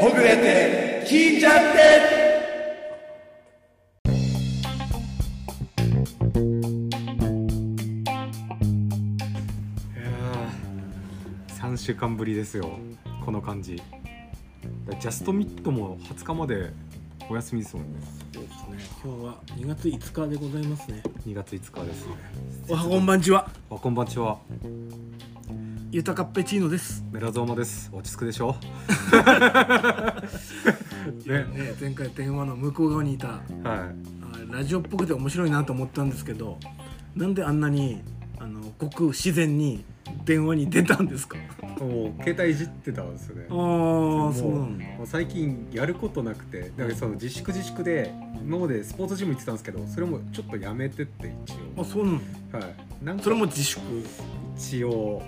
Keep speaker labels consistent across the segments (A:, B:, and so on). A: 遅れて聞いちゃって
B: いやー3週間ぶりですよこの感じジャストミットも20日までお休みですもんね
C: そうですね。今日は2月5日でございますね。
B: 2月5日ですね
C: おはこんばんちは。
B: あこんばんちは
C: ゆたかっぺチーノです。
B: メラゾーマです落ち着くでしょね
C: ね、前回電話の向こう側にいたあ
B: は
C: ラジオっぽくて面白いなと思ったんですけど、なんであんなにあのごく自然に電話に出たんですか。あ
B: いもう携帯いじってたんですよね
C: あ、そうな
B: も
C: んだ。
B: もう最近やることなくてだからその自粛自粛で今までスポーツジム行ってたんですけどそれもちょっとやめてって一
C: あ、そうな
B: 応
C: の。
B: はいなんか
C: それも自粛。
B: 一応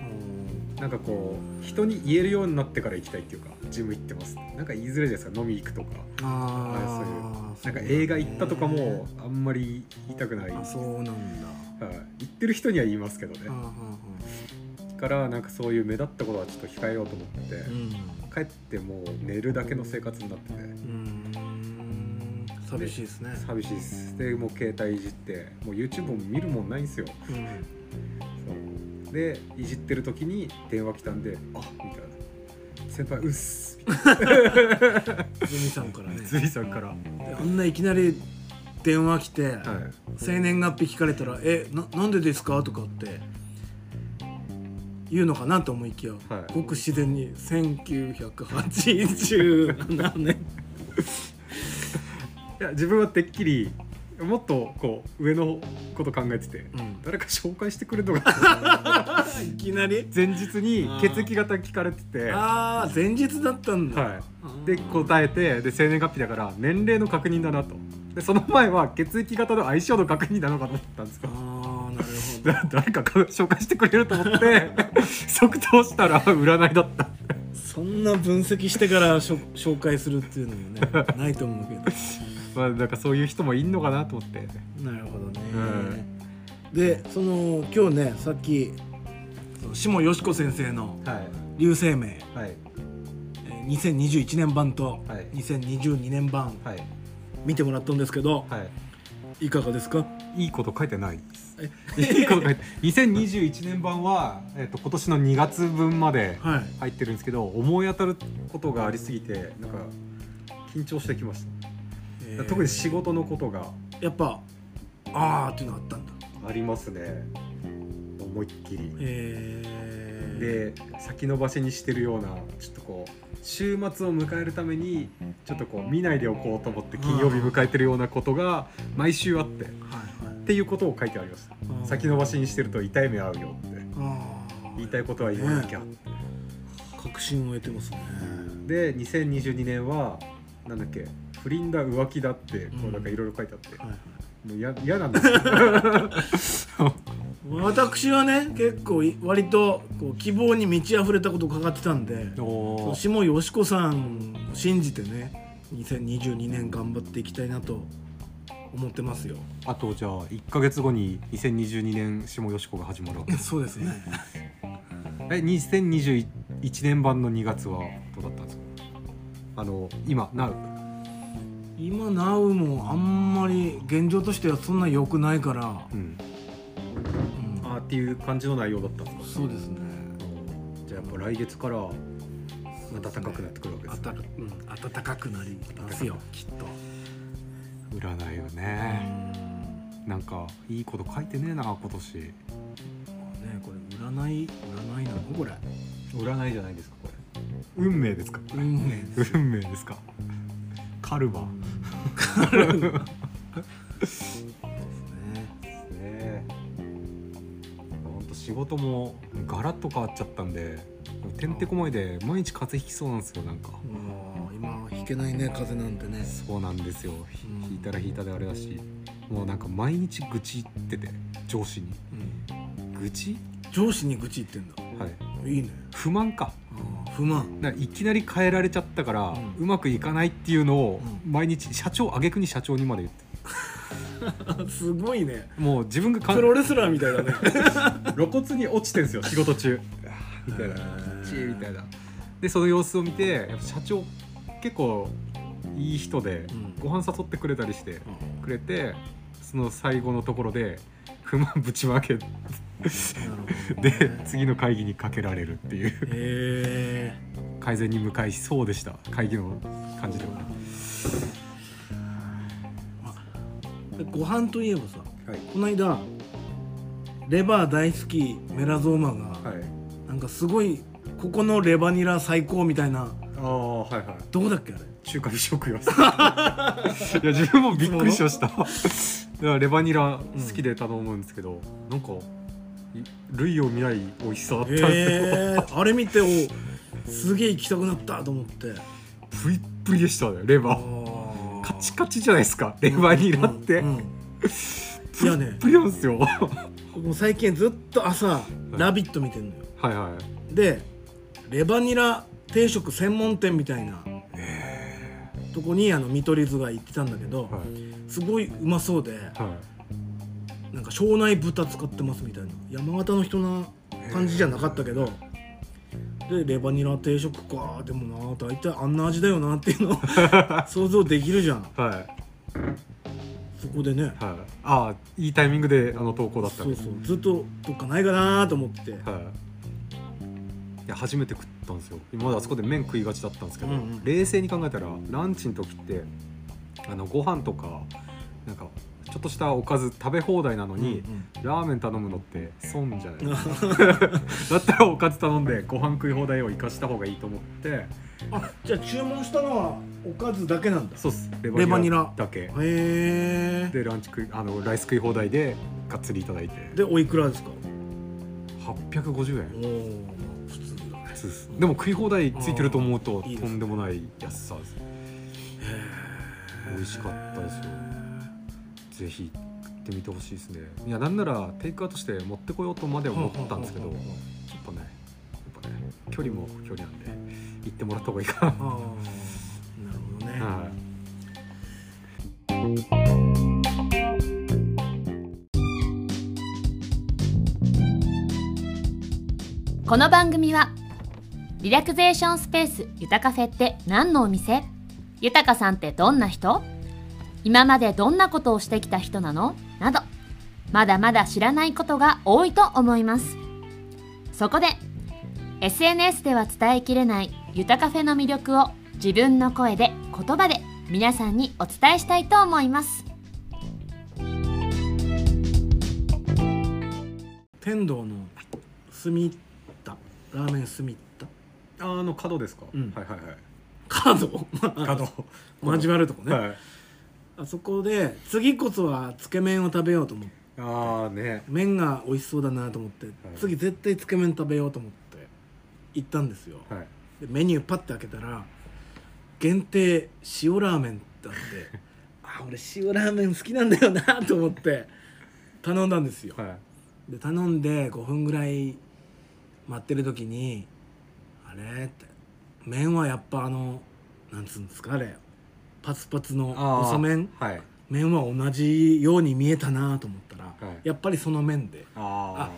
B: なんかこう人に言えるようになってから行きたいっていうかジム行ってますなんか言いづらいじゃないですか飲み行くとか
C: ああ、
B: なんか映画行ったとか
C: そうだね
B: も。あんまり言いたくない、は
C: あ、
B: い
C: そうなんだ。
B: 行ってる人には言いますけど
C: あー
B: ね
C: は
B: からなんかそういう目立ったことはちょっと控えようと思って
C: ーはーうん。
B: 帰ってもう寝るだけの生活になってて
C: うん。寂しいですね。
B: 寂しいですでもう携帯いじってもう YouTube も見るもんないんですよ
C: うん。
B: そうでいじってる時に電話来たんで「あみたいな「先輩うっす」みたい
C: ズミさん からね
B: なズイさんから、はい、
C: あんないきなり電話来て生年月日聞かれたら「えななんでですか?」とかって言うのかなと思いきや、
B: い
C: ごく自然に「1987年
B: いや自分はてっきりもっとこう上のこと考えてて、」誰か紹介してくれるのか
C: いきなり
B: 前日に
C: あー
B: 血液型聞かれてては
C: ああ前日だったんだ、
B: いで答えてで生年月日だから年齢の確認だなとでその前は血液型の相性の確認なのかと思ったんですけど
C: ああなるほど
B: だ誰かか紹介してくれると思って 即答したら占いだった
C: そんな分析してからしょ紹介するっていうのもね ないと思うけど
B: まあなんかそういう人もいんのかなと思って
C: なるほどね、でその今日ねさっきその下よし子先生の
B: はい
C: 「流星名」
B: はい
C: えー2021年版と
B: はい
C: 2022年版
B: はい
C: 見てもらったんですけど、
B: はい
C: い、かがですか
B: いいこと書いてないです
C: え。
B: いいこと 書いて、2021年版はえっ、と今年の2月分まで
C: はい
B: 入ってるんですけど、思い当たることがありすぎてなんか緊張してきました。
C: えー
B: 特に仕事のことが
C: やっぱあーっていうのがあったんだ
B: ありますね。思いっきり。
C: え
B: で先延ばしにしてるようなちょっとこう週末を迎えるためにちょっとこう見ないでおこうと思って金曜日迎えてるようなことが毎週あってっ
C: ーはいはい
B: ていうことを書いてありました
C: あー
B: 先延ばしにしてると痛い目合うよって
C: あー
B: 言いたいことは言わなきゃ、
C: 確信を得てますね
B: で2022年はなんだっけ不倫だ浮気だってこ
C: う
B: うんなんかいろいろ書いてあって、
C: はいはい
B: もうや嫌なんですよ
C: 私はね結構い割とこう希望に満ち溢れたことをかかってたんで
B: おー
C: 下よし子さんを信じてね2022年頑張っていきたいなと思ってますよ
B: あとじゃあ1か月後に2022年下よしこが始まるわけ
C: そうですね
B: え2021年版の2月はどうだったんですかあの今なう
C: 今なうもあんまり現状としてはそんな良くないから、
B: ん
C: うん
B: あーっていう感じの内容だったんですか
C: そうですね
B: じゃあやっぱ来月から暖かくなってくるわけで
C: あ
B: す
C: た、うん、暖かくなりますよきっと
B: 占いよねなんかいいこと書いてねえな今年
C: ねこれ占い占いなのこれ
B: 占いじゃないですかこれ運命 ですか
C: 運命です
B: 運命ですかカルマ
C: ね
B: ですねほんと仕事もガラッと変わっちゃったんでてんてこまいで毎日風邪ひきそうなんですよなんか
C: もう今引けないね風なんてね
B: そうなんですよひ
C: うん
B: 引いたら引いたであれだしもうなんか毎日愚痴言ってて上司に愚痴
C: 上司に愚痴言ってんだ
B: はい
C: いいね
B: 不満か
C: あー不満
B: なんかいきなり変えられちゃったから、う
C: うん
B: まくいかないっていうのを
C: う
B: 毎日社長挙句に社長にまで言って
C: すごいね
B: もう自分がか
C: プロレスラーみたいだ ね
B: 露骨に落ちてんですよ仕 事中みたいな
C: へー
B: チーみたいなでその様子を見てやっぱ社長結構いい人で、
C: ん
B: ご飯誘ってくれたりしてくれてその最後のところで不満ぶちまけ
C: なるほ どね
B: で次の会議にかけられるっていう
C: え
B: 改善に向かいそうでした会議の感じでは、
C: ーご飯といえばさ
B: はい
C: この間レバー大好きメラゾーマが、
B: はい、
C: なんかすごいここのレバニラ最高みたいな
B: ああはいはい
C: どこだっけあれ
B: 中華美食 よいや自分もびっくりしましたいやレバニラ好きで頼むんですけど、なんかい類を見ない美味しさだったんですよ、
C: えー、あれ見ておすげえ行きたくなったと思って
B: プリップリでしたねレ
C: あ
B: バー
C: ー
B: カチカチじゃないですかレバニラって、
C: うんうんいやね
B: プリなんですよは
C: 僕も最近ずっと朝「
B: い
C: ラビット!」見てんのよ
B: いはい
C: でレバニラ定食専門店みたいなとこにあの見取り図が行ってたんだけど
B: はい
C: すごいうまそうで
B: は
C: なんか庄内豚使ってますみたいな山形の人な感じじゃなかったけどでレバニラ定食かでもな大体あんな味だよなっていうのを 想像できるじゃん
B: いはい
C: そこでね
B: はい、ああいいタイミングであの投稿だった
C: そ
B: ん
C: う
B: です
C: そうずっとどっかないかなと思って
B: はいいや初めて食ったんですよ今まであそこで麺食いがちだったんですけど、
C: うんうん
B: 冷静に考えたらランチの時ってあのご飯とかなんかちょっとしたおかず食べ放題なのに、ラーメン頼むのって損じゃない ですかだったらおかず頼んでご飯食い放題を生かした方がいいと思って
C: あじゃあ注文したのはおかずだけなんだ
B: そうっすレ
C: バニラ
B: だけ
C: へえ
B: でランチ食いあのライス食い放題でがっつりいただいて
C: でおいくらですか
B: 850円
C: おお普通だね
B: そうですでも食い放題ついてると思うと
C: あーいいです
B: と
C: ね
B: んでもない安さです美味しかったですよぜひ食ってみてほしいですねいやなんならテイクアウトして持ってこようとまでは思ったんですけど
C: う
B: ち
C: う
B: ょ
C: う
B: っ
C: う
B: とねやっぱね距離も距離なんで行ってもらった方がいいか
C: ああなるほどね、
B: なはい
D: この番組はリラクゼーションスペースゆたカフェって何のお店ゆたかさんってどんな人今までどんなことをしてきた人なのなどまだまだ知らないことが多いと思いますそこで SNS では伝えきれないゆたカフェの魅力を自分の声で言葉で皆さんにお伝えしたいと思います
C: 天童の住田ラーメン住田
B: あーあの角ですか、
C: うん
B: はいはいはい
C: 角
B: 角
C: 交わるとこね、
B: はい
C: あそこで次こそはつけ麺を食べようと思って
B: ああね
C: 麺が美味しそうだなと思って、次絶対つけ麺食べようと思って行ったんですよ、
B: はい
C: でメニューパッて開けたら限定塩ラーメンだって あ俺塩ラーメン好きなんだよなと思って頼んだんですよ、
B: はい
C: で頼んで5分ぐらい待ってる時に「あれ?」って麺はやっぱあのなんつうんですかあれパツパツの
B: あー
C: 細麺
B: はい
C: 麺は同じように見えたなと思ったら、
B: はい
C: やっぱりその麺で
B: あ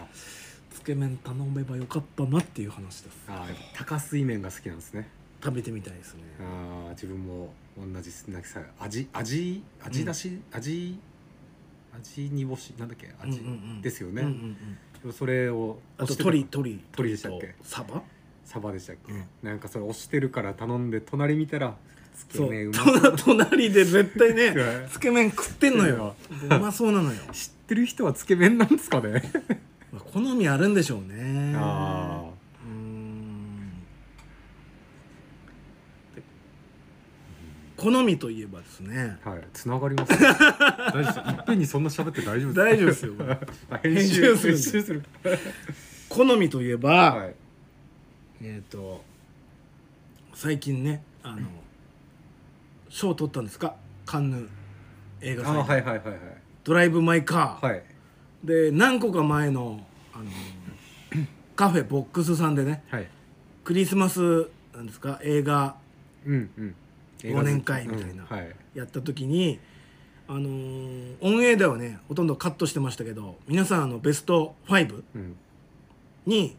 C: つけ麺頼めばよかったなっていう話です
B: ーあーやっぱ高水麺が好きなんですね
C: 食べてみたいですね
B: あー自分も同じなんかさ味味味だし、味味煮干しなんだっけ味、
C: うんうんうん
B: ですよ
C: うん
B: ね、
C: うんうん
B: それを
C: あと
B: 押してた
C: 鳥鳥
B: 鳥でしたっけ
C: とサバ
B: サバでしたっけ、
C: うん
B: なんかそれ押してるから頼んで隣見たらつけ
C: そ
B: 麺
C: う
B: うまそう
C: と 隣で絶対
B: は
C: ね
B: い
C: つけ麺食ってんの ようまそうなのよ
B: 知ってる人はつけ麺なんですかね
C: まあ好みあるんでしょうね
B: あ
C: うーんで好みといえばですね
B: あはいつながり ます、ね、大丈夫ですいっぺんにそんな喋って大丈夫
C: 大
B: で
C: 丈夫ですすよこれ
B: か 編集
C: 編
B: 編
C: 集する
B: 集する
C: 好みといえば、
B: はい
C: えっ、と最近ねあの賞取ったんですかカンヌ映
B: あ
C: 画
B: ー
C: 祭、
B: はいはいはいはい
C: ドライブ・マイ・カー、
B: はい
C: で何個か前のあのカフェボックスさんでね
B: はい
C: クリスマスなんですか映画
B: うんうん
C: 忘年会みたいな
B: うんはい
C: やった時に、あのーオンエアではねほとんどカットしてましたけど皆さんあのベスト5
B: うん
C: に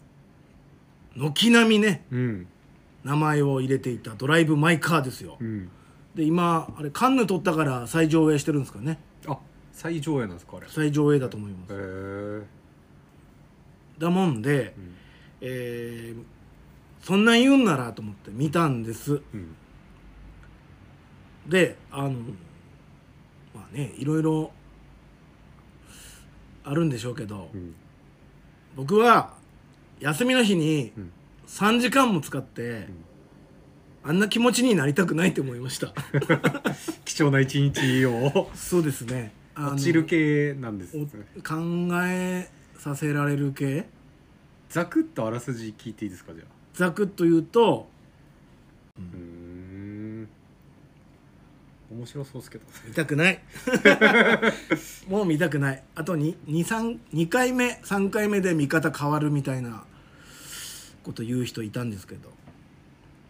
C: 軒並みね
B: うん
C: 名前を入れていた「ドライブ・マイ・カー」ですよ、
B: うん
C: で今あれカンヌ撮ったから再上映してるんですかね
B: あ最上映なんですかあれへ
C: 再上映だと思います
B: え
C: だもんで、
B: ん
C: えーそんなん言うんならと思って見たんです
B: うん
C: であのまあねいろいろあるんでしょうけど、
B: うん
C: 僕は休みの日に
B: うん
C: 3時間も使って、あんな気持ちになりたくないって思いました
B: 貴重な一日を
C: そうですね あの
B: 落ちる系なんです
C: お
B: ね
C: 考えさせられる系
B: ざくっとあらすじ聞いていいですかじゃあ
C: ざくっと言うと
B: うーん面白そうですけど
C: 見たくない もう見たくないあとににさん2回目3回目で見方変わるみたいなこと言う人いたんですけど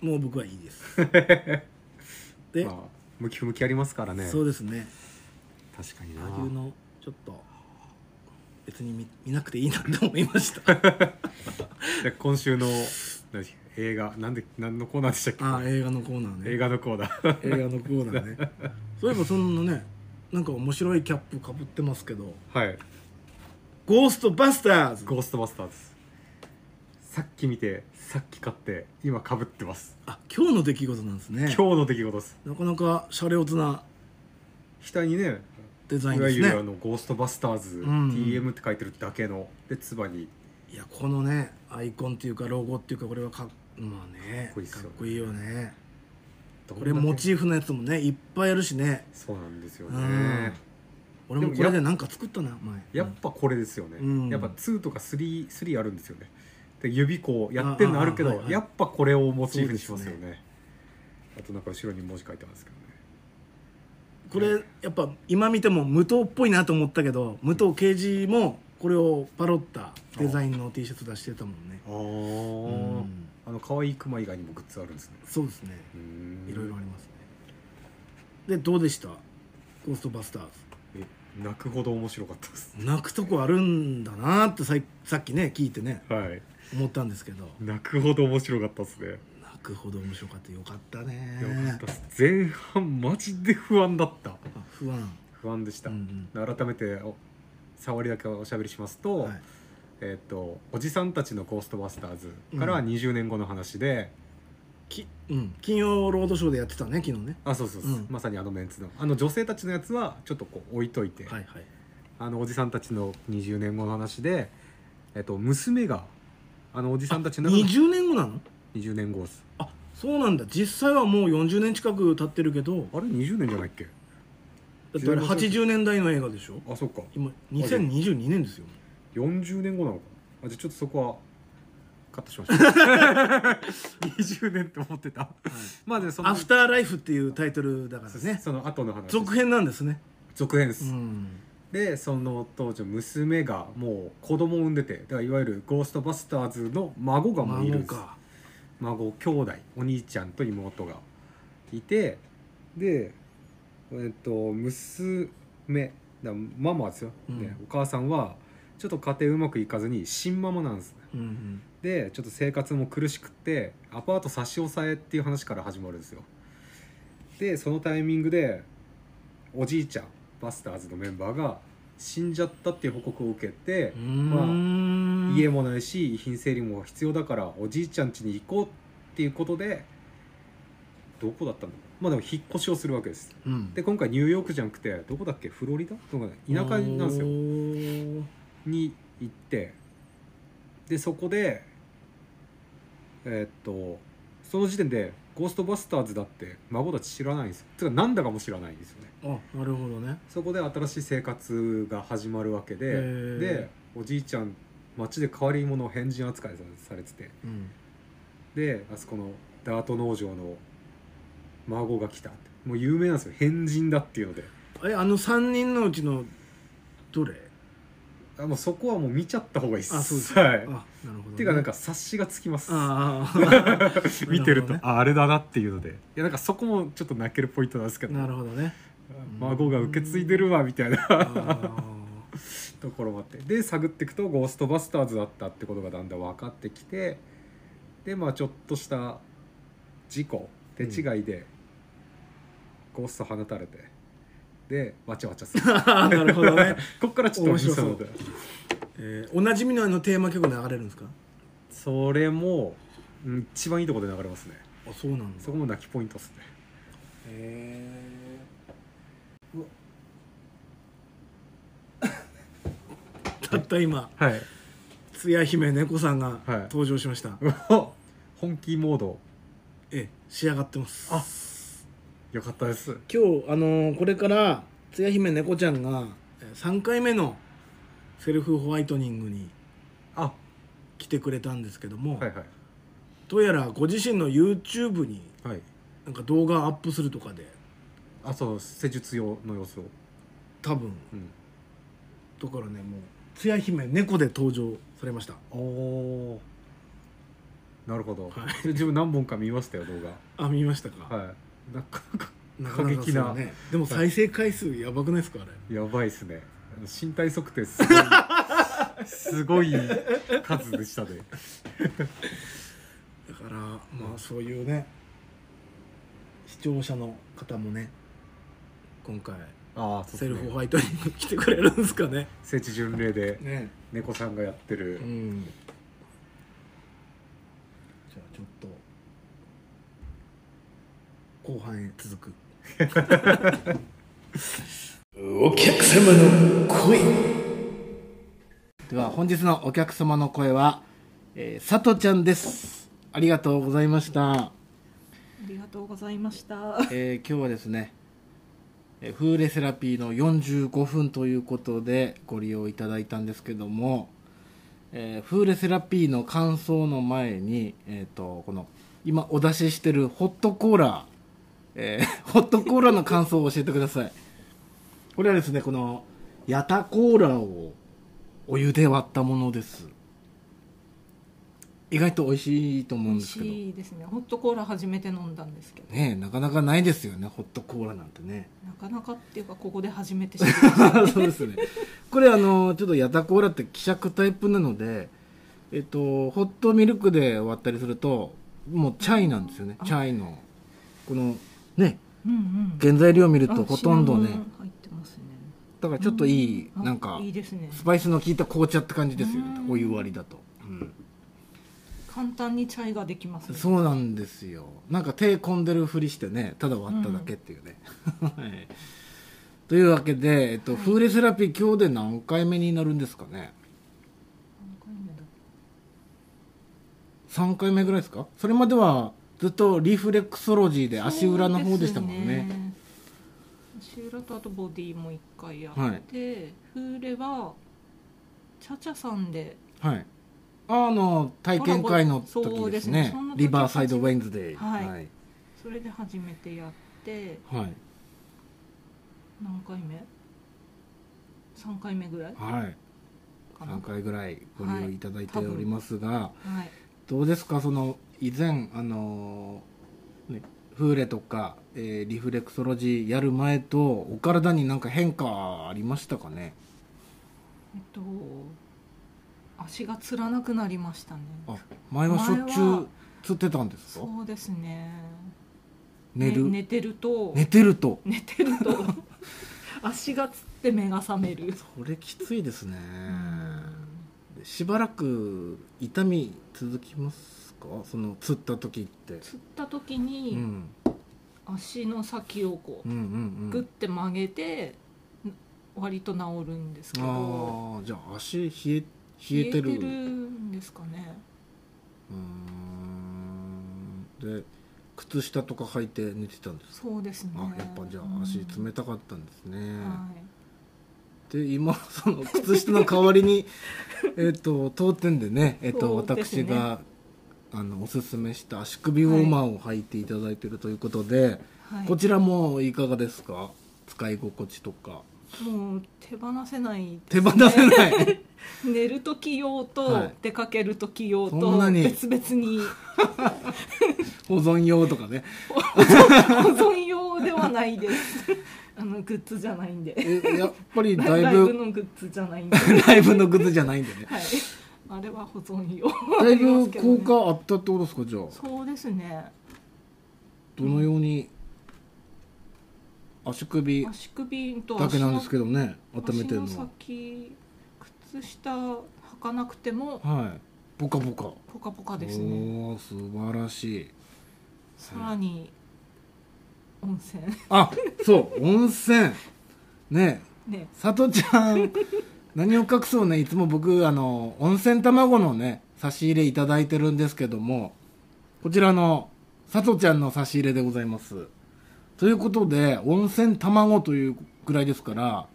C: もう僕はいいです で、
B: まあ向き不向きありますからね
C: そうですね
B: 確かにな
C: 俳優のちょっと別に見見なくていいなと思いました
B: じゃあ今週の何映画なんで何のコーナーでしたっけ
C: ああ映画のコーナーね
B: 映画のコーナー
C: 映画のコーナーねそういえばそんなねなんか面白いキャップかぶってますけど
B: はい
C: 「ゴーストバスター
B: 「
C: ズ
B: ゴーストバスターズ」さっき見てさっき買って今かぶってます」
C: あ今日の出来事なんですね
B: 今日の出来事です
C: なかなかシャレオツな
B: 額にね
C: デザイ
B: い
C: ン
B: わ
C: です
B: ゆるあ
C: ね
B: の「ゴーストバスターズ」
C: うんうん
B: TM って書いてるだけのでつばに
C: いやこのねアイコンっていうかロゴっていうかこれはかっまあ
B: か
C: ね
B: っこいいっすよね
C: かっこいいよね
B: どん
C: こ
B: だけ
C: れモチーフのやつもねいっぱいあるしね
B: そうなんですよ
C: う
B: ね
C: ん俺も
B: でも
C: これでなんか作ったな前
B: やっぱこれですよね、
C: うん
B: やっぱ2とか 3, 3あるんですよねで指こうやってんのあるけど、
C: あああはいはい
B: やっぱこれをモチーフにしますよ
C: そう
B: ねあとなんか後ろに文字書いてますけどね
C: これやっぱ今見ても無糖っぽいなと思ったけど無糖刑事もこれをパロったデザインの T シャツ出してたもんね
B: あ、
C: うん
B: あの可愛いクマ以外にもグッズあるんですね
C: そうですね
B: うーん
C: いろいろありますねでどうでしたゴーストバスター
B: え泣くほど面白かったです
C: ズ泣くとこあるんだなってさいさっきね聞いてね
B: はい
C: 思ったんですけど
B: 泣くほど面白かったですね
C: 泣くほど面白かったよかったね
B: よかったっす前半マジで不安だった
C: あ不安
B: 不安でした、
C: うん
B: 改めてお触りだけおしゃべりしますと、
C: うんはい
B: えっとおじさんたちの「ゴーストバスターズ」からは20年後の話で、
C: きうん、金曜ロードショーでやってたね昨日ね
B: あそうそうそう、
C: うん
B: まさにあのメンツのあの女性たちのやつはちょっとこう置いといて、
C: はいはい
B: あのおじさんたちの20年後の話で、えっと娘があのおじさんたちの中の
C: 20年後なの
B: 20年後です
C: あそうなんだ実際はもう40年近く経ってるけど
B: あれ20年じゃないっけ
C: だってあれ80年代の映画でしょ
B: あそっか
C: 今2022年ですよ
B: 40年後なのかなあじゃあちょっとそこはカットしました20年って思ってたまあでそ
C: 「
B: の
C: アフターライフ」っていうタイトルだから
B: そう
C: ね
B: その後の話
C: 続編なんですね
B: 続編です、
C: うん
B: でその当時娘がもう子供を産んでてだからいわゆる「ゴーストバスターズ」の孫がもういるん
C: 孫
B: です
C: か
B: 孫兄弟お兄ちゃんと妹がいてでえっと娘だママですよ、ね
C: う
B: お母さんはちょっと家庭うまくいかずに新ママなんですね
C: うんうん
B: でちょっと生活も苦しくってアパート差し押さえっていう話から始まるんですよでそのタイミングでおじいちゃんバスターズのメンバーが死んじゃったっていう報告を受けて
C: う、ーん
B: 家もないし遺品整理も必要だからおじいちゃん家に行こうっていうことでどこだったのまあでも引っ越しをするわけです
C: うん
B: で今回ニューヨークじゃなくてどこだっけフロリダとかね田舎なんですよ
C: よ
B: に行ってでそこでえーっとその時点で「ゴーストバスターズ」だって孫たち知らないんですよてかなんだかも知らないんですよね
C: あなるほどね
B: そこで新しい生活が始まるわけ
C: へ
B: で
C: ー
B: でおじいちゃん町で変わり者を変人扱いさされてて
C: うん
B: であそこのダート農場の孫が来たってもう有名なんですよ変人だっていうので
C: えあの3人のうちのどれ
B: あもうそこはもう見ちゃった方がいいです
C: あそうです
B: はい、
C: あなるほどね、
B: っていうかなんか察しがつきます
C: あ あああ
B: 見てると、
C: なる
B: ああれだなっていうのでいやなんかそこもちょっと泣けるポイントなんですけ
C: ほど
B: ど
C: ねなるほどね
B: 孫が受け継いでるわみたいな
C: あ
B: ところもあってで探っていくと「ゴーストバスターズ」だったってことがだんだん分かってきてでまあちょっとした事故手違いでゴースト放たれてでわちゃわちゃす る
C: なるほどね、
B: こっからちょっと面白そう
C: 面白えーおなじみのあのテーマ曲流れるんですか
B: それも、うん、一番いいとこで流れますね
C: あそうなんだ
B: そこも泣きポイントですね
C: へえ たった今
B: はい
C: つや姫猫さんが
B: はい
C: 登場しました、
B: うわ 本気モード
C: ええ仕上がってます
B: あよかったです
C: 今日あのーこれからつや姫猫ちゃんがえー3回目のセルフホワイトニングに
B: あ
C: 来てくれたんですけども、
B: はいはい
C: どうやらご自身の YouTube に
B: はい
C: なんか動画アップするとかで
B: あそう施術用の様子を、
C: 多分
B: うん、
C: だからねもうつや姫猫で登場されました
B: おおなるほど、
C: は
B: 自分何本か見ましたよ動
C: あ見ましたか、
B: 画はいなかなか
C: なかなか
B: 過激な
C: そうねでも再生回数やばくないですかあれ
B: やばいっすね身体測定すごい すごい数でしたね
C: だからまあそういうね視聴者の方もね今回
B: ああそう
C: セルフホ
B: イ
C: ワイトニング来てくれるんですかね
B: 聖地巡礼で
C: ね
B: 猫さんがやってる、
C: うんじゃあちょっと後半へ続くお客様の声では本日のお客様の声は、えー、佐藤ちゃんですありがとうございました、
E: ありがとうございました。
C: えー今日はですねえーフーレセラピーの45分ということでご利用いただいたんですけども、えーフーレセラピーの感想の前に、えー、とこの今お出ししてるホットコーラ、えーホットコーラの感想を教えてくださいこれはですねこのヤタコーラをお湯で割ったものです意外と美味しいと思うん
E: 美
C: で
E: 味
C: すけど
E: しいですね。ホットコーラ初めて飲んだんですけど、
C: ねえなかなかないですよねホットコーラなんてね
E: なかなかっていうかここで初めて知りました。
C: そうですねこれあのちょっとヤタコーラって希釈タイプなのでえっとホットミルクで割ったりするともうチャイなんですよねチャイのこのね
E: うんうん。
C: 原材料を見ると
E: あ
C: ほとんどね
E: シナモン入ってますね。
C: だからちょっといい
E: あ
C: なんか
E: いいですね。
C: スパイスの効いた紅茶って感じですよね
E: うん
C: お湯割りだと、
E: 簡単にチャイができますね。
C: そうなんですよなんか手込んでるふりしてねただ割っただけっていうね、 はいというわけで、えっと、フーレセラピー今日で何回目になるんですかね
E: 何回目だ
C: 3回目ぐらいですかそれまではずっとリフレクソロジーで足裏の方でしたもんね
E: そうですね。足裏とあとボディも一回やって、
C: はい
E: フーレはチャチャさんで
C: はいあの体験会の
E: コラ
C: 時です
E: ボそうですね
C: ね
E: そんな時
C: リバーサイドウェンズデイ
E: はい
C: はい
E: それで初めてやって
C: はい、
E: 何回目3回目ぐらい
C: はい、
E: かな
C: 3回ぐらいご利用いただいて
E: はい多分
C: おりますが、
E: はい
C: どうですかその以前あのーねフーレとか、えーリフレクソロジーやる前とお体になんか変化ありましたかね
E: えっと足がつらなくなりましたね
C: あ前はしょっちゅ
E: 前
C: う
E: は
C: つってたんですか
E: そうですね
C: 寝る、
E: ね寝てると
C: 寝てると
E: 寝てる と足がつって目が覚める
C: これきついですね
E: うん
C: でしばらく痛み続きますかそのつった時って、
E: つった時
C: うん、う
E: に
C: ん
E: 足の先をこ
C: う
E: うん
C: う
E: グッ
C: ん
E: て曲げて割と治るんですけど
C: ああじゃあ足冷え冷え
E: 冷え
C: て
E: て
C: る
E: るんですかね
C: うーんで靴下とか履いて寝てたんです
E: そうですね
C: あやっぱじゃあ足冷たかったんですね、
E: うんはい
C: で今その靴下の代わり にえっと当店でね、えっと
E: そうです
C: 私
E: ね
C: があのおすすめした足首ウォーマーを履いていただいてるということで、
E: はい
C: こちらもいかがですか使い心地とか
E: もう手放せない
C: 手放せない
E: 寝る時用
C: は
E: と
C: い
E: 出かける時用
C: そん
E: と
C: なに
E: 別々に
C: 保存用とかね
E: 保存用ではないです あのグッズじゃないんで
C: えやっぱり
E: ラ
C: だ
E: イ
C: い
E: ブ
C: ぶ
E: のグッズじゃないんで、
C: ライブの靴じゃないんで ね
E: はい、あれは保存用
C: だいぶ
E: ありますけどね
C: 効果あったってことですかじゃあ
E: そうですね
C: どのように足首
E: 足首と
C: だけ
E: 足
C: なん
E: の
C: ですけどね温めてるの
E: 足の
C: は
E: 先靴下履かなくても
C: はいボカボカ
E: ポカポカですね
C: おお素晴らしい
E: さらに温泉
C: あそう温泉ね
E: ね
C: さとちゃ ん何を隠そうねいつも僕あの温泉卵のね差し入れいただいてるんですけどもこちらのさとちゃんの差し入れでございますということで温泉卵というくらいですから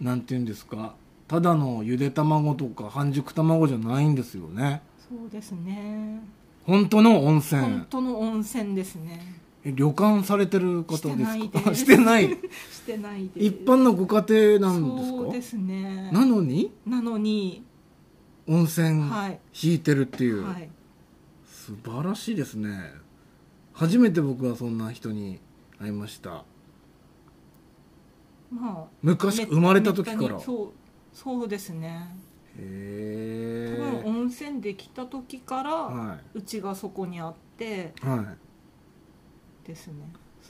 C: なんて言うんですかただのゆで卵とか半熟卵じゃないんですよね
E: そうですね
C: 本当の温泉
E: 本当の温泉ですね
C: え旅館されてる方ですか
E: してないです
C: してない
E: してないです
C: 一般のご家庭なんですか
E: そうですね
C: なのに
E: なのに
C: 温泉
E: はい
C: 引いてるっていう、
E: はい
C: 素晴らしいですね初めて僕はそんな人に会いました
E: まあ
C: 昔
E: め
C: 生まれた時か
E: めっ
C: ら
E: た
C: へ
E: にそうそうですね多分
C: え
E: 温泉できた時から
C: は
E: うちがそこにあって
C: い、は
E: ですね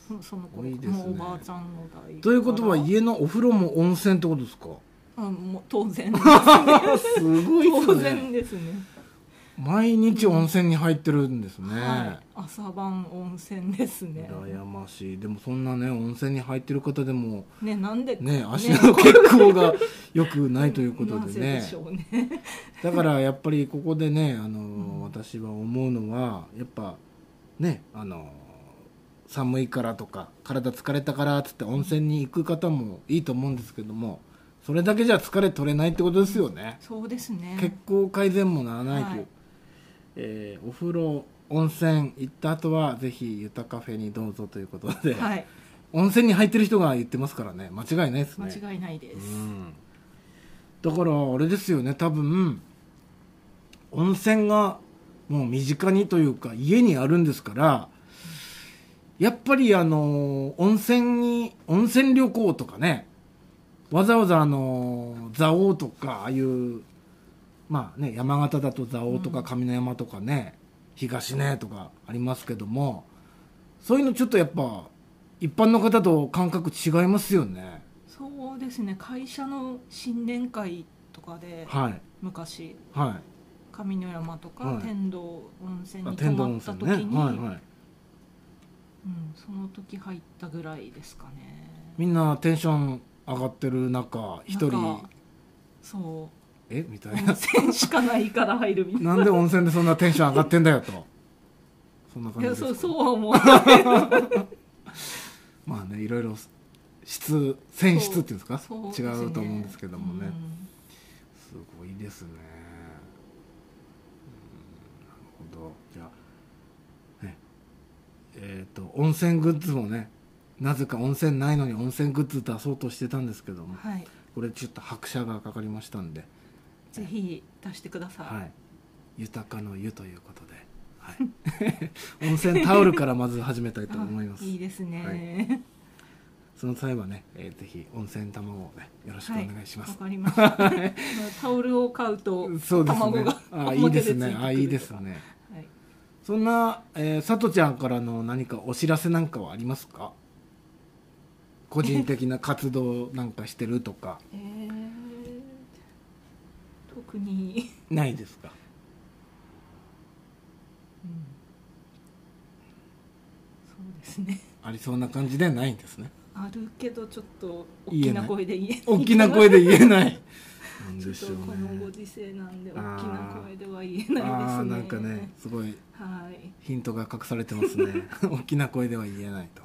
E: そその頃
C: 多いですね
E: もうおばあちゃんの代から
C: い、ということは家のお風呂も温泉ってことです か
E: あもう 当然
C: すごい
E: 当
C: ですね
E: 然ですね
C: 毎日温泉に入ってるんですね、
E: はい朝晩温泉ですね
C: 羨ましいでもそんなね温泉に入ってる方でも
E: ねなんで
C: ね足の血行が良くないということ
E: な
C: で
E: ぜ
C: ね
E: でしょうね
C: だからやっぱりここでね、あのー私は思うのはやっぱね、あのー寒いからとか体疲れたからっつって温泉に行く方もいいと思うんですけどもそれだけじゃ疲れ取れないってことですよね、
E: そうですね
C: 血行改善もならないという、
E: はい
C: えーお風呂温泉行った後はぜひゆたカフェにどうぞということで、
E: はい
C: 温泉に入ってる人が言ってますからね間違いないですね
E: 間違いないです、
C: うんだからあれですよね多分温泉がもう身近にというか家にあるんですからやっぱりあの温泉に温泉旅行とかねわざわざあの蔵王とかああいうまあね山形だと蔵王とか上の山とかね、東根とかありますけどもそういうのちょっとやっぱ一般の方と感覚違いますよね
E: そうですね会社の新年会とかで
C: はい
E: 昔
C: はい
E: 上野山とか、
C: はい
E: 天童温泉
C: あ
E: に泊
C: 天童
E: ま
C: 温
E: った
C: 泉
E: 時
C: ね
E: に、
C: はいはい
E: うん、その時入ったぐらいですかね
C: みんなテンション上がってる中一
E: な
C: 人
E: んかそう
C: えみたい
E: 温
C: な
E: 泉しかないから入るみたいな。
C: なんで温泉でそんなテンション上がってんだよと そんな感じ
E: いや
C: ですか
E: そうそうは思わない
C: まあねいろいろ質泉質っていうんですか
E: そうです
C: 違
E: ね
C: うと思うんですけどもね、
E: うん
C: すごいですねうんなるほどじゃあねえっ、と温泉グッズもねなぜか温泉ないのに温泉グッズ出そうとしてたんですけども
E: はい、
C: これちょっと拍車がかかりましたんで
E: ぜひ出してください。
C: はい、豊かの湯ということで、 はい、温泉タオルからまず始めたいと思います
E: あいいですね。
C: その際はね、えーぜひ温泉卵をねよろしくお願いしま
E: わ
C: す、
E: かり ました。まあタオルを買うと
C: そうです
E: 卵
C: ね
E: が
C: あいいですねあ
E: 表
C: いい
E: で
C: で
E: つ
C: す
E: てくる
C: ね
E: とはい。
C: そんな、えー、さとちゃんからの何かお知らせなんかはありますか個人的な活動なんかしてるとか
E: えー特に、
C: ないですか
E: うんそうですね。
C: ありそうな感じでないんですね
E: あるけどちょっと大
C: 言え
E: き
C: ない
E: な声で言えない。
C: 大きな声で言えない なん
E: ちょ
C: で
E: っ
C: し
E: と
C: ょうね
E: このご時世なんで大きな声では言えないですね。
C: ああなんかねすごい
E: はい。
C: ヒントが隠されてますね 大きな声では言えないと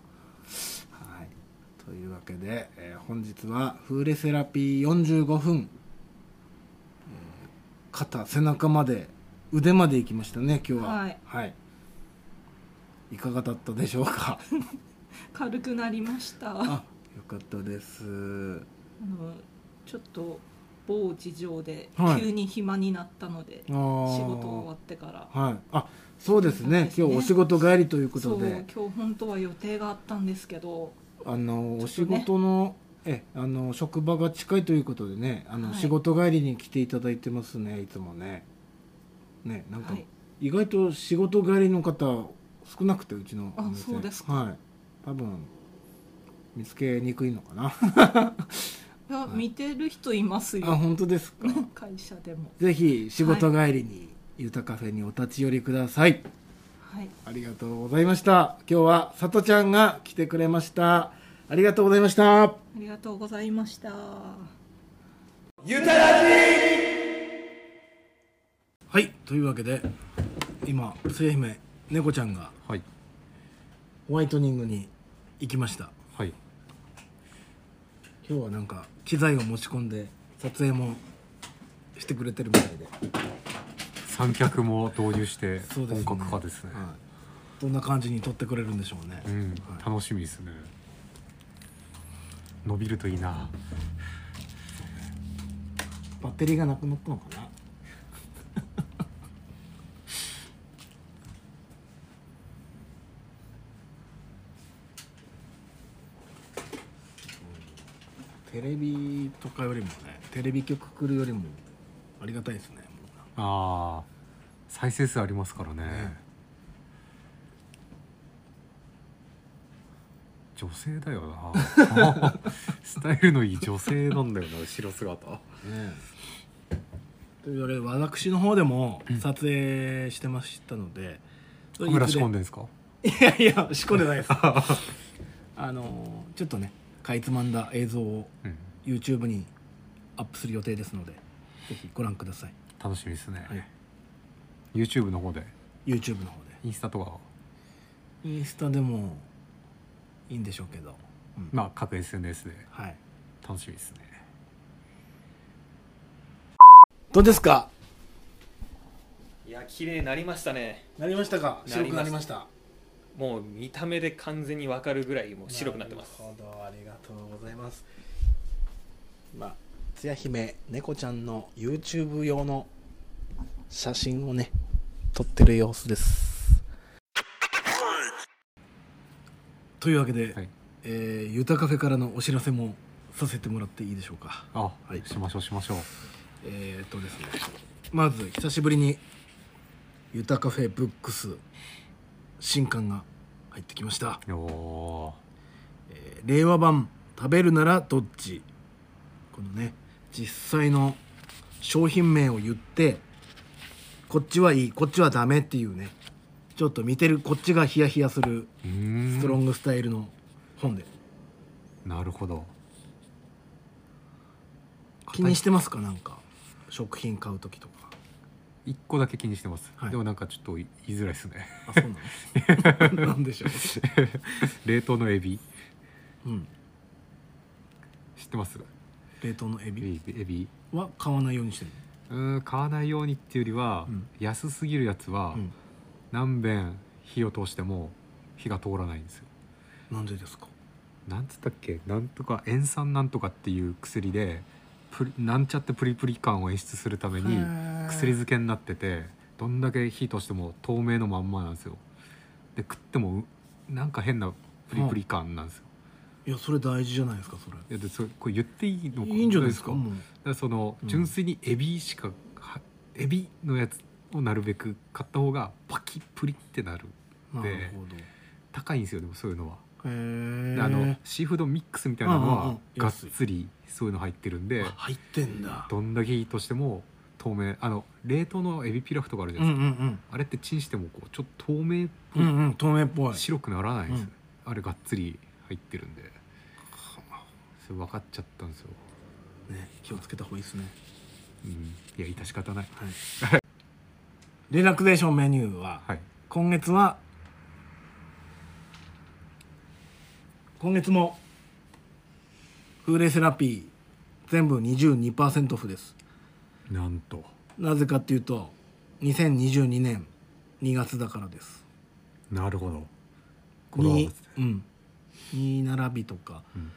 C: はいというわけで、えー本日はフーレセラピー45分、えー肩背中まで腕まで行きましたね今日は
E: はい、
C: い、いかがだったでしょう か
E: 軽くなりました。あ
C: あよかったです
E: のちょっと某事情で
C: はい
E: 急に暇になったので、
C: 仕
E: 仕事終わってから。
C: はいあそうですね
E: そうですね
C: 今日お仕事帰りというこ
E: そ
C: と
E: う
C: で
E: 今日本当は予定があったんですけど、
C: あのお
E: ち
C: 仕
E: ょっとね
C: 事のえあの職場が近いということでねあの、
E: はい
C: 仕事帰りに来ていただいてますねいつもねねなんか、
E: はい
C: 意外と仕事帰りの方少なくてうちの
E: あ
C: お店
E: そうです
C: はい多分見つけにくいのかな
E: いや見てる人います
C: あ
E: よ
C: 本当ですか
E: 会社でも
C: ぜひ仕事帰りにゆたカフェにお立ち寄りください
E: はい
C: ありがとうございました今日はさとちゃんが来てくれましたありがとうございました
E: ありがとうございました
A: ゆたらじ
F: はい
C: というわけで今末姫猫ちゃんが
B: はい
C: ホワイトニングに行きました
B: はい
C: 今日はなんか機材を持ち込んで撮影もしてくれてるみたいで
B: 三脚も導入して
C: そうですね
B: 本格化ですね
C: はい、どんな感じに撮ってくれるんでしょうね、
B: うん
C: はい
B: 楽しみですね伸びるといいな
C: バッテリーがなくなったのかな テレビとかよりもねテレビ局来るよりもありがたいですね
B: あー再生数ありますからね女性だよな スタイルのいい女性なんだよな後ろ姿
C: ねというわけで私の方でも撮影してましたので、
B: カメラ仕込ん
C: で
B: でんですか
C: いやいや仕込んでないですあのちょっとねかいつまんだ映像を
B: うん
C: YouTube にアップする予定ですのでぜひご覧ください、
B: 楽しみですね、
C: はい
B: YouTube の方で
C: YouTube の方で
B: インスタとか
C: インスタでもいいんでしょうけど、うん
B: まあ各 SNS で
C: はい
B: 楽しみですね
C: どうですか
G: いや綺麗になりましたね
C: なりましたか
G: 白くなり
C: ました
G: もう見た目で完全に分かるぐらいもう白くなってます
C: なるほどありがとうございますまあつや姫猫ちゃんの YouTube 用の写真をね撮ってる様子ですというわけで、
B: はい
C: えーゆたカフェからのお知らせもさせてもらっていいでしょうか
B: あ、
C: はい
B: しましょうしましょう
C: えー、っとですねまず久しぶりに「ゆたカフェブックス」新刊が入ってきました
B: お
C: えー令和版食べるならどっちこのね実際の商品名を言ってこっちはいいこっちはダメっていうねちょっと見てるこっちがヒヤヒヤする
B: ーうーん
C: ストロングスタイルの本で、
B: なるほど
C: 気にしてますかなんか食品買う時とか
B: 一個だけ気にしてます、
C: はい
B: でもなんかちょっと言いづらいですね
C: あそうなのなんでしょ
B: 冷凍のエビ
C: う、うん、
B: 知ってます
C: 冷凍のエ
B: エ
C: ビ
B: ビエビ
C: は買わないようにしてる
B: うーん買わないようにっていうよりは、
C: うん
B: 安すぎるやつは、
C: うん
B: 何遍火を通しても火が通らないんですよ
C: なんでですか
B: なんつったっけなんとか塩酸なんとかっていう薬でプリなんちゃってプリプリ感を演出するために薬漬けになっててどんだけ火としても透明のまんまなんですよで食ってもうなんか変なプリプリ感なんですよ、
C: いやそれ大事じゃないですかそれ
B: いやでそれこれ言っていいのか
C: いいんじゃないですか
B: どう
C: もう
B: だからその
C: うん
B: 純粋にエビしか、はエビのやつをなるべく買った方がパキップリってなる
C: な
B: で
C: るほど
B: 高いんですよでもそういうのは、
C: へえ
B: あのシーフードミックスみたいなの
C: うんうんう
B: は
C: ん
B: がっつりそういうの入ってるんで
C: あ入ってんだ
B: どんだけいいとしても透明あの冷凍のエビピラフとかあるじゃ
C: う
B: なんいうですか、
C: ん
B: あれってチンしてもこうちょっと透明っぽ
C: う
B: い、
C: んうんうん透明っぽい
B: 白くならないんですよ、あれがっつり入ってるんでそれ分かっちゃったんですよ、
C: ね気をつけた方がいいですね
B: うん、いや致し方ない
C: リラクゼーションメニューは
B: はい
C: 今月は今月も風鈴セラピー全部22%オフです
B: なんと
C: なぜかっていうと2022年2月だからです
B: なるほどこだわ
C: に
B: って、
C: うん、に並びとか、
B: うん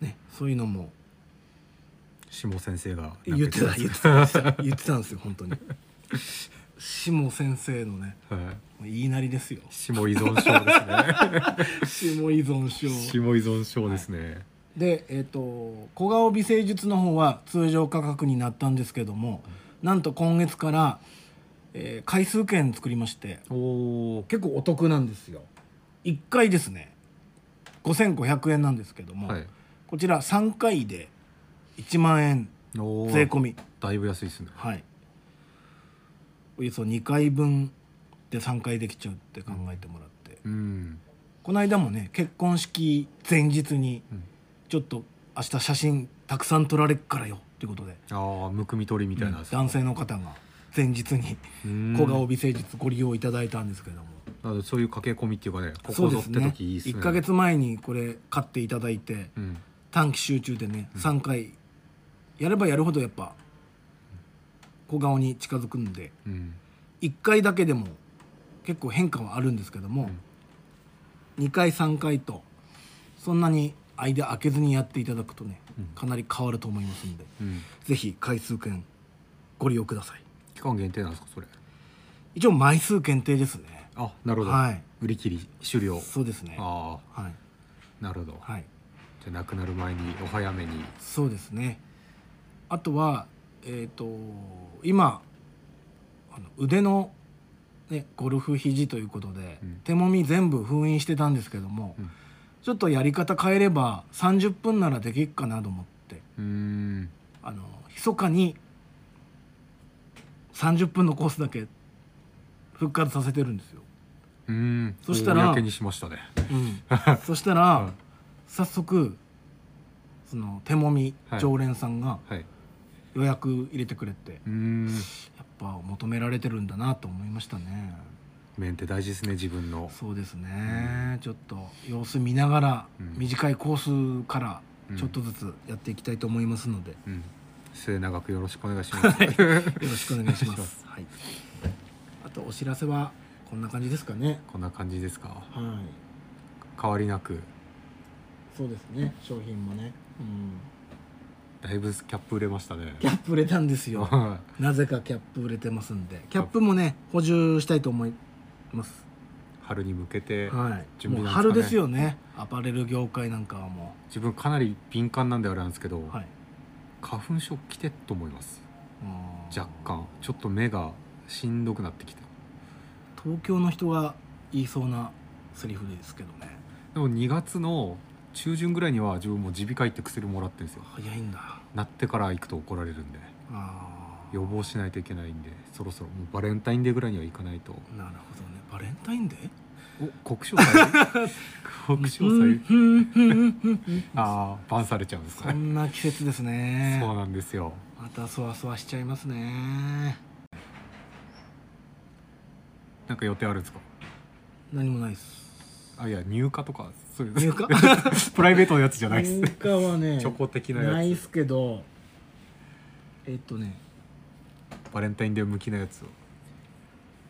C: ねそういうのも
B: 下先生がなん
C: 言っ
B: か
C: てた言ってた言ってたんですよ本 当に下先生のね
B: はい
C: 言いなりですよ
B: 下依存症ですね
C: 下依存症
B: 下依存症ですね、
C: でえっ、と小顔美声術の方は通常価格になったんですけどもなんと今月からえー回数券作りまして
B: おお
C: 結構お得なんですよ1回ですね5500円なんですけども、
B: はい
C: こちら3回で1万円
B: おー
C: 税込み
B: だいぶ安いですね
C: はいおよそ2回分で3回できちゃうって考えてもらって、
B: うん
C: この間もね結婚式前日に
B: うん
C: ちょっと明日写真たくさん撮られっからよっていうことで
B: ああむくみ取りみたいな、
C: 男性の方が前日に
B: うん
C: 小顔美誠術ご利用いただいたんですけども、
B: なのでそういう駆け込みっていうかねこ
C: そ
B: こ
C: う
B: ぞ
C: で
B: っ
C: す
B: て
C: ね
B: 時いいっすね
C: 1か月前にこれ買っていただいて
B: うん
C: 短期集中でね3回やればやるほどやっぱ小顔に近づくんで
B: うん
C: 1回だけでも結構変化はあるんですけども、2回3回とそんなに間空けずにやっていただくとね、かなり変わると思いますんで、
B: うん
C: ぜひ回数券ご利用ください
B: 期間限定なんですかそれ
C: 一応枚数限定ですね
B: あなるほど、
C: はい
B: 売り切り終了
C: そうですねは
B: あ
C: い
B: あなるほど、
C: はい
B: じゃあなくなる前にお早めに
C: そうですねあとはえっ、と今あの腕の、ね、ゴルフ肘ということで、
B: うん
C: 手もみ全部封印してたんですけども、
B: うん
C: ちょっとやり方変えれば30分ならできっかなと思って
B: うーん
C: あの密かに30分のコースだけ復活させてるんですよ。
B: うーん
C: そしたら
B: 公にしましたね
C: そしたら、
B: はい
C: 早速その手もみ
B: はい
C: 常連さんが
B: はい
C: 予約入れてくれて、
B: うーん
C: やっぱ求められてるんだなと思いましたね
B: メンって大事ですね自分の
C: そうですね、ちょっと様子見ながら、
B: うん
C: 短いコースから
B: うん
C: ちょっとずつやっていきたいと思いますので、
B: うん末永くよろしくお願いします
C: よろしくお願いします はい、あとお知らせはこんな感じですかね
B: こんな感じですか
C: はい
B: 変わりなく
C: そうですね商品もね、うん、
B: だいぶキャップ売れましたね
C: キャップ売れたんですよ
B: は
C: なぜかキャップ売れてますんでキャップもね補充したいと思います
B: い 春に向けて、
C: はい
B: 準備
C: もう
B: なんですかね
C: 春ですよねアパレル業界なんかはも
B: 自分かなり敏感なんであれなんですけど、
C: うはい
B: 花粉症来てると思います
C: うん
B: 若干ちょっと目がしんどくなってきて
C: 東京の人が言いそうなセリフですけどね
B: でも2月の中旬ぐらいには自分も耳鼻科行って薬もらってるんですよ
C: 早いんだ
B: なってから行くと怒られるんで
C: あー
B: 予防しないといけないんでそろそろもうバレンタインデーぐらいには行かないと
C: なるほどねバレンタインデー
B: お国章祭 国章祭
C: ふんふんふんふんふん
B: ああバンされちゃうんです
C: そ
B: ね
C: んな季節ですね
B: そうなんですよ
C: またそわそわしちゃいますね
B: なんか予定あるんですか
C: 何もない です
B: あいや入荷とかそういう
C: 入荷
B: プライベートのやつじゃないです
C: 入荷はね
B: チョコ的な
C: ない
B: や
C: っ
B: つ
C: すけどえっとね
B: バレンタインデー向きなやつを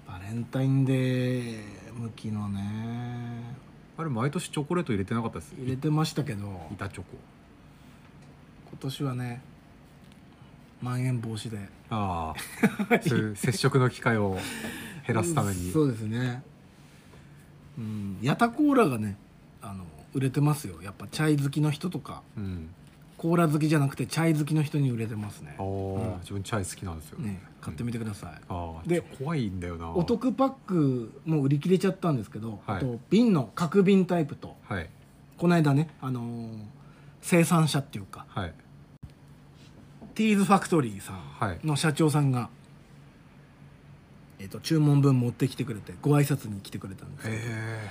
C: バレンタインデー向きのね
B: あれ毎年チョコレート入れてなかったです
C: 入れてましたけど
B: 板チョコ
C: 今年はねまん延防止で
B: ああ そういう接触の機会を減らすために
C: そうですねうんヤタコーラがねあの売れてますよやっぱチャイ好きの人とか
B: うん
C: コーラ好きじゃなくてチャイ好きの人に売れてますね
B: ああ、自分チャイ好きなんですよ、
C: ね買ってみてください、
B: ああ
C: で
B: で怖いんだよな
C: お得パックも売り切れちゃったんですけど、
B: はい
C: あと瓶の角瓶タイプと
B: はい
C: この間ね、あのー生産者っていうか
B: はい
C: ティーズファクトリーさ
B: はい
C: んの社長さんが、えっと注文分持ってきてくれてご挨拶に来てくれたんですよ
B: え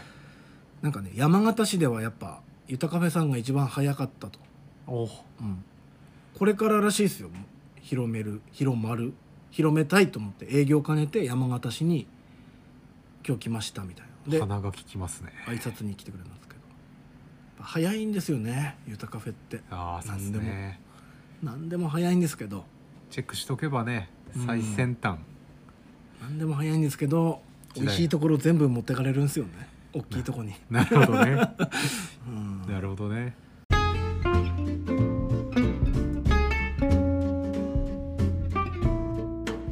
C: なんかね山形市ではやっぱゆたカフェさんが一番早かったと、
B: えお
C: うんこれかららしいですよ広める広まる広めたいと思って営業兼ねて山形市に今日来ましたみたいなで
B: 鼻が効きますね
C: 挨拶に来てくれたんですけどやっぱ早いんですよねゆたカフェって
B: ああそうです
C: なんで
B: ね
C: 何でも早いんですけど
B: チェックしとけばね
C: うん
B: 最先端、
C: 何でも早いんですけど
B: 時代
C: 美味しいところ全部持ってかれるんですよね大きいとこに、
B: なるほどね
C: うん
B: なるほどね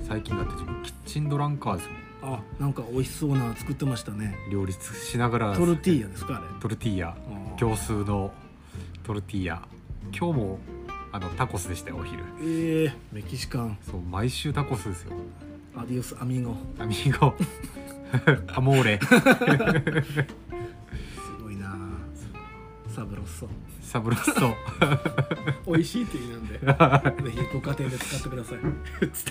B: 最近だって自分キッチンドランカーズも
C: あなんか美味しそうな作ってましたね
B: 両立しながら
C: トルティーヤですかあれ
B: トルティーヤ業数のトルティーヤ今日もあのタコスでしたよお昼
C: えー、メキシカン
B: そう毎週タコスですよ
C: アディオスアミーゴ
B: アミーゴアモーレ
C: すごいなサブロッソ
B: サブロッソ
C: 美味しいって意味なんでぜひご家庭で使ってください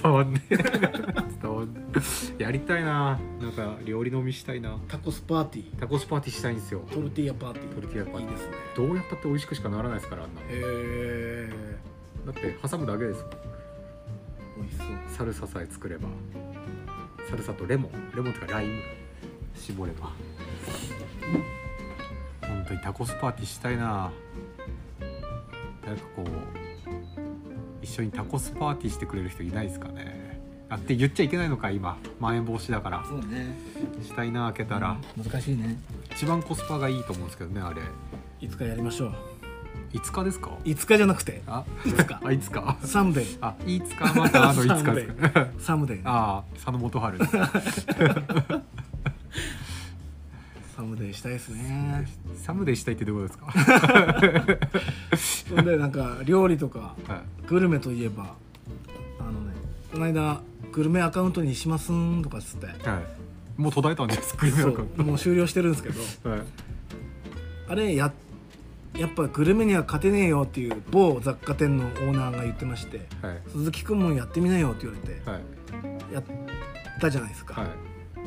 B: 伝わんねえ伝わんねえやりたいななんか料理飲みしたいな
C: タコスパーティー
B: タコスパーティーしたいんですよ
C: トルティーヤパーティー
B: トルティーヤパーティー
C: いいですね
B: どうやったって美味しくしかならないですからあんな
C: へえ
B: だって挟むだけですもん
C: 美味しそう
B: サルサさえ作ればサルサとレモンレモンとかライム絞れば本当にタコスパーティーしたいな誰かこう一緒にタコスパーティーしてくれる人いないですかねあって言っちゃいけないのか今まん延防止だから
C: そうね
B: したいな開けたら
C: 難しいね
B: 一番コスパがいいと思うんですけどねあれ
C: いつかやりましょう
B: 5日ですか
C: 5日じゃなくて
B: あ
C: いつか
B: あいつか
C: サムデイ
B: あいつかまたあのいつかですか
C: サムデイ
B: ああ佐野元春
C: サムデイしたいですね
B: サムでしたいってどういうことです
C: そんでなんか料理とか
B: かはい
C: グルメといえばあのねこの間グルメアカウントにしますんとかっつって
B: はい、もう途絶えたんですグルメ
C: そ
B: アカウ
C: う
B: ント
C: もう終了してるんですけど
B: はい、
C: あれややっぱグルメには勝てねえよっていう某雑貨店のオーナーが言ってまして
B: はい
C: 「鈴木くんもやってみなよ」って言われて
B: はい
C: やったじゃないですか、
B: はい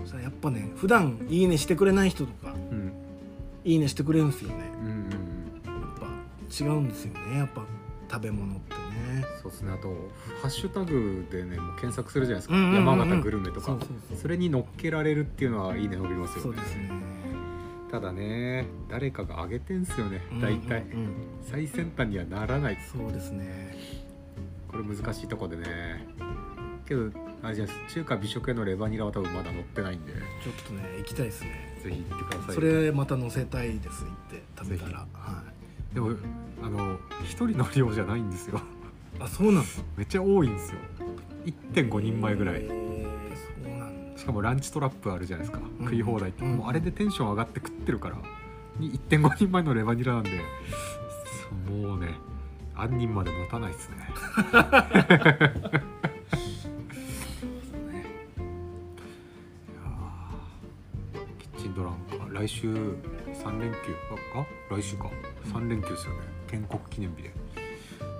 C: そしたらやっぱね普段いいねしてくれない人とか
B: うん
C: いいねしてくれるんですよね
B: うんうんうん
C: やっぱ違うんですよねやっぱ食べ物ってね
B: そうですねあとハッシュタグでねもう検索するじゃないですか、
C: うんうんうんうん
B: 山形グルメとか
C: そうそうそう
B: れに乗っけられるっていうのはいいね伸びますよね
C: そうですね
B: ただね誰かが上げてんすよね大体、
C: うんうんうん
B: 最先端にはならない
C: そうですね
B: これ難しいとこでねけどあれじゃないです中華美食へのレバニラは多分まだ乗ってないんでぜ
C: ちょっとね行きたいですね
B: ひ行ってください
C: それまた乗せたいです行って食べた
B: ぜ
C: らは
B: でもあの一人の量じゃないんですよ
C: いあそうなん
B: めっちゃ多いんですよ1.5人前ぐらい
C: えーそうなんだ
B: しかもランチトラップあるじゃないですか、
C: うん
B: 食い放題って、
C: うん
B: もうあれでテンション上がって食ってるからに1.5人前のレバニラなんでそうもうね杏人まで持たないですねいやーキッチンドランか来週3連休ああ来週か3連休ですよね建国記念日で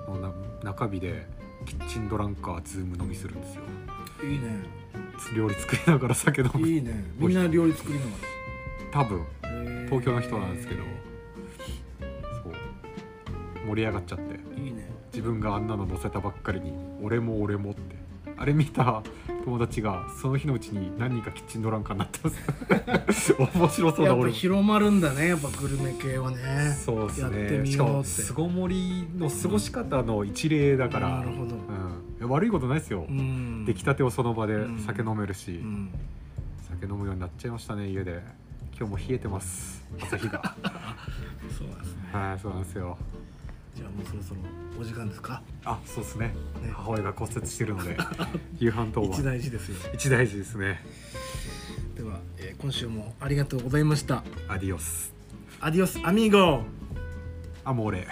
B: のな中日でキッチンドランカーズーム飲みするんですよ
C: いいね
B: 料理作りながら酒飲む
C: いいねみんな料理作りなが
B: 多分
C: らへー
B: 東京の人なんですけど、そう盛り上がっちゃって
C: いいね
B: 自分があんなの載せたばっかりに「俺も俺も」ってあれ見た友達がその日のうちに何人かキッチンドランカーになってます 面白そう
C: や
B: だ
C: っぱ
B: 俺も
C: 広まるんだねやっぱグルメ系はね
B: そうです
C: やって
B: ね
C: み
B: し
C: よ
B: か
C: うって
B: も巣ごもりの過ごし方の一例だから、
C: なるほど
B: うんいや悪いことないですよ、
C: うん
B: 出来たてをその場で
C: うん
B: 酒飲めるし、
C: うん
B: 酒飲むようになっちゃいましたね家で今日も冷えてます朝日 が
C: そうなんですね
B: はいそうなんですよ
C: じゃあもうそろそろお時間ですか
B: あそうですね
C: ね
B: 母親が骨折してるので夕飯当番
C: 一大事ですよ
B: 一大事ですね
C: では、えー今週もありがとうございました
B: アディオス
C: アディオスアミーゴ
B: アモーレ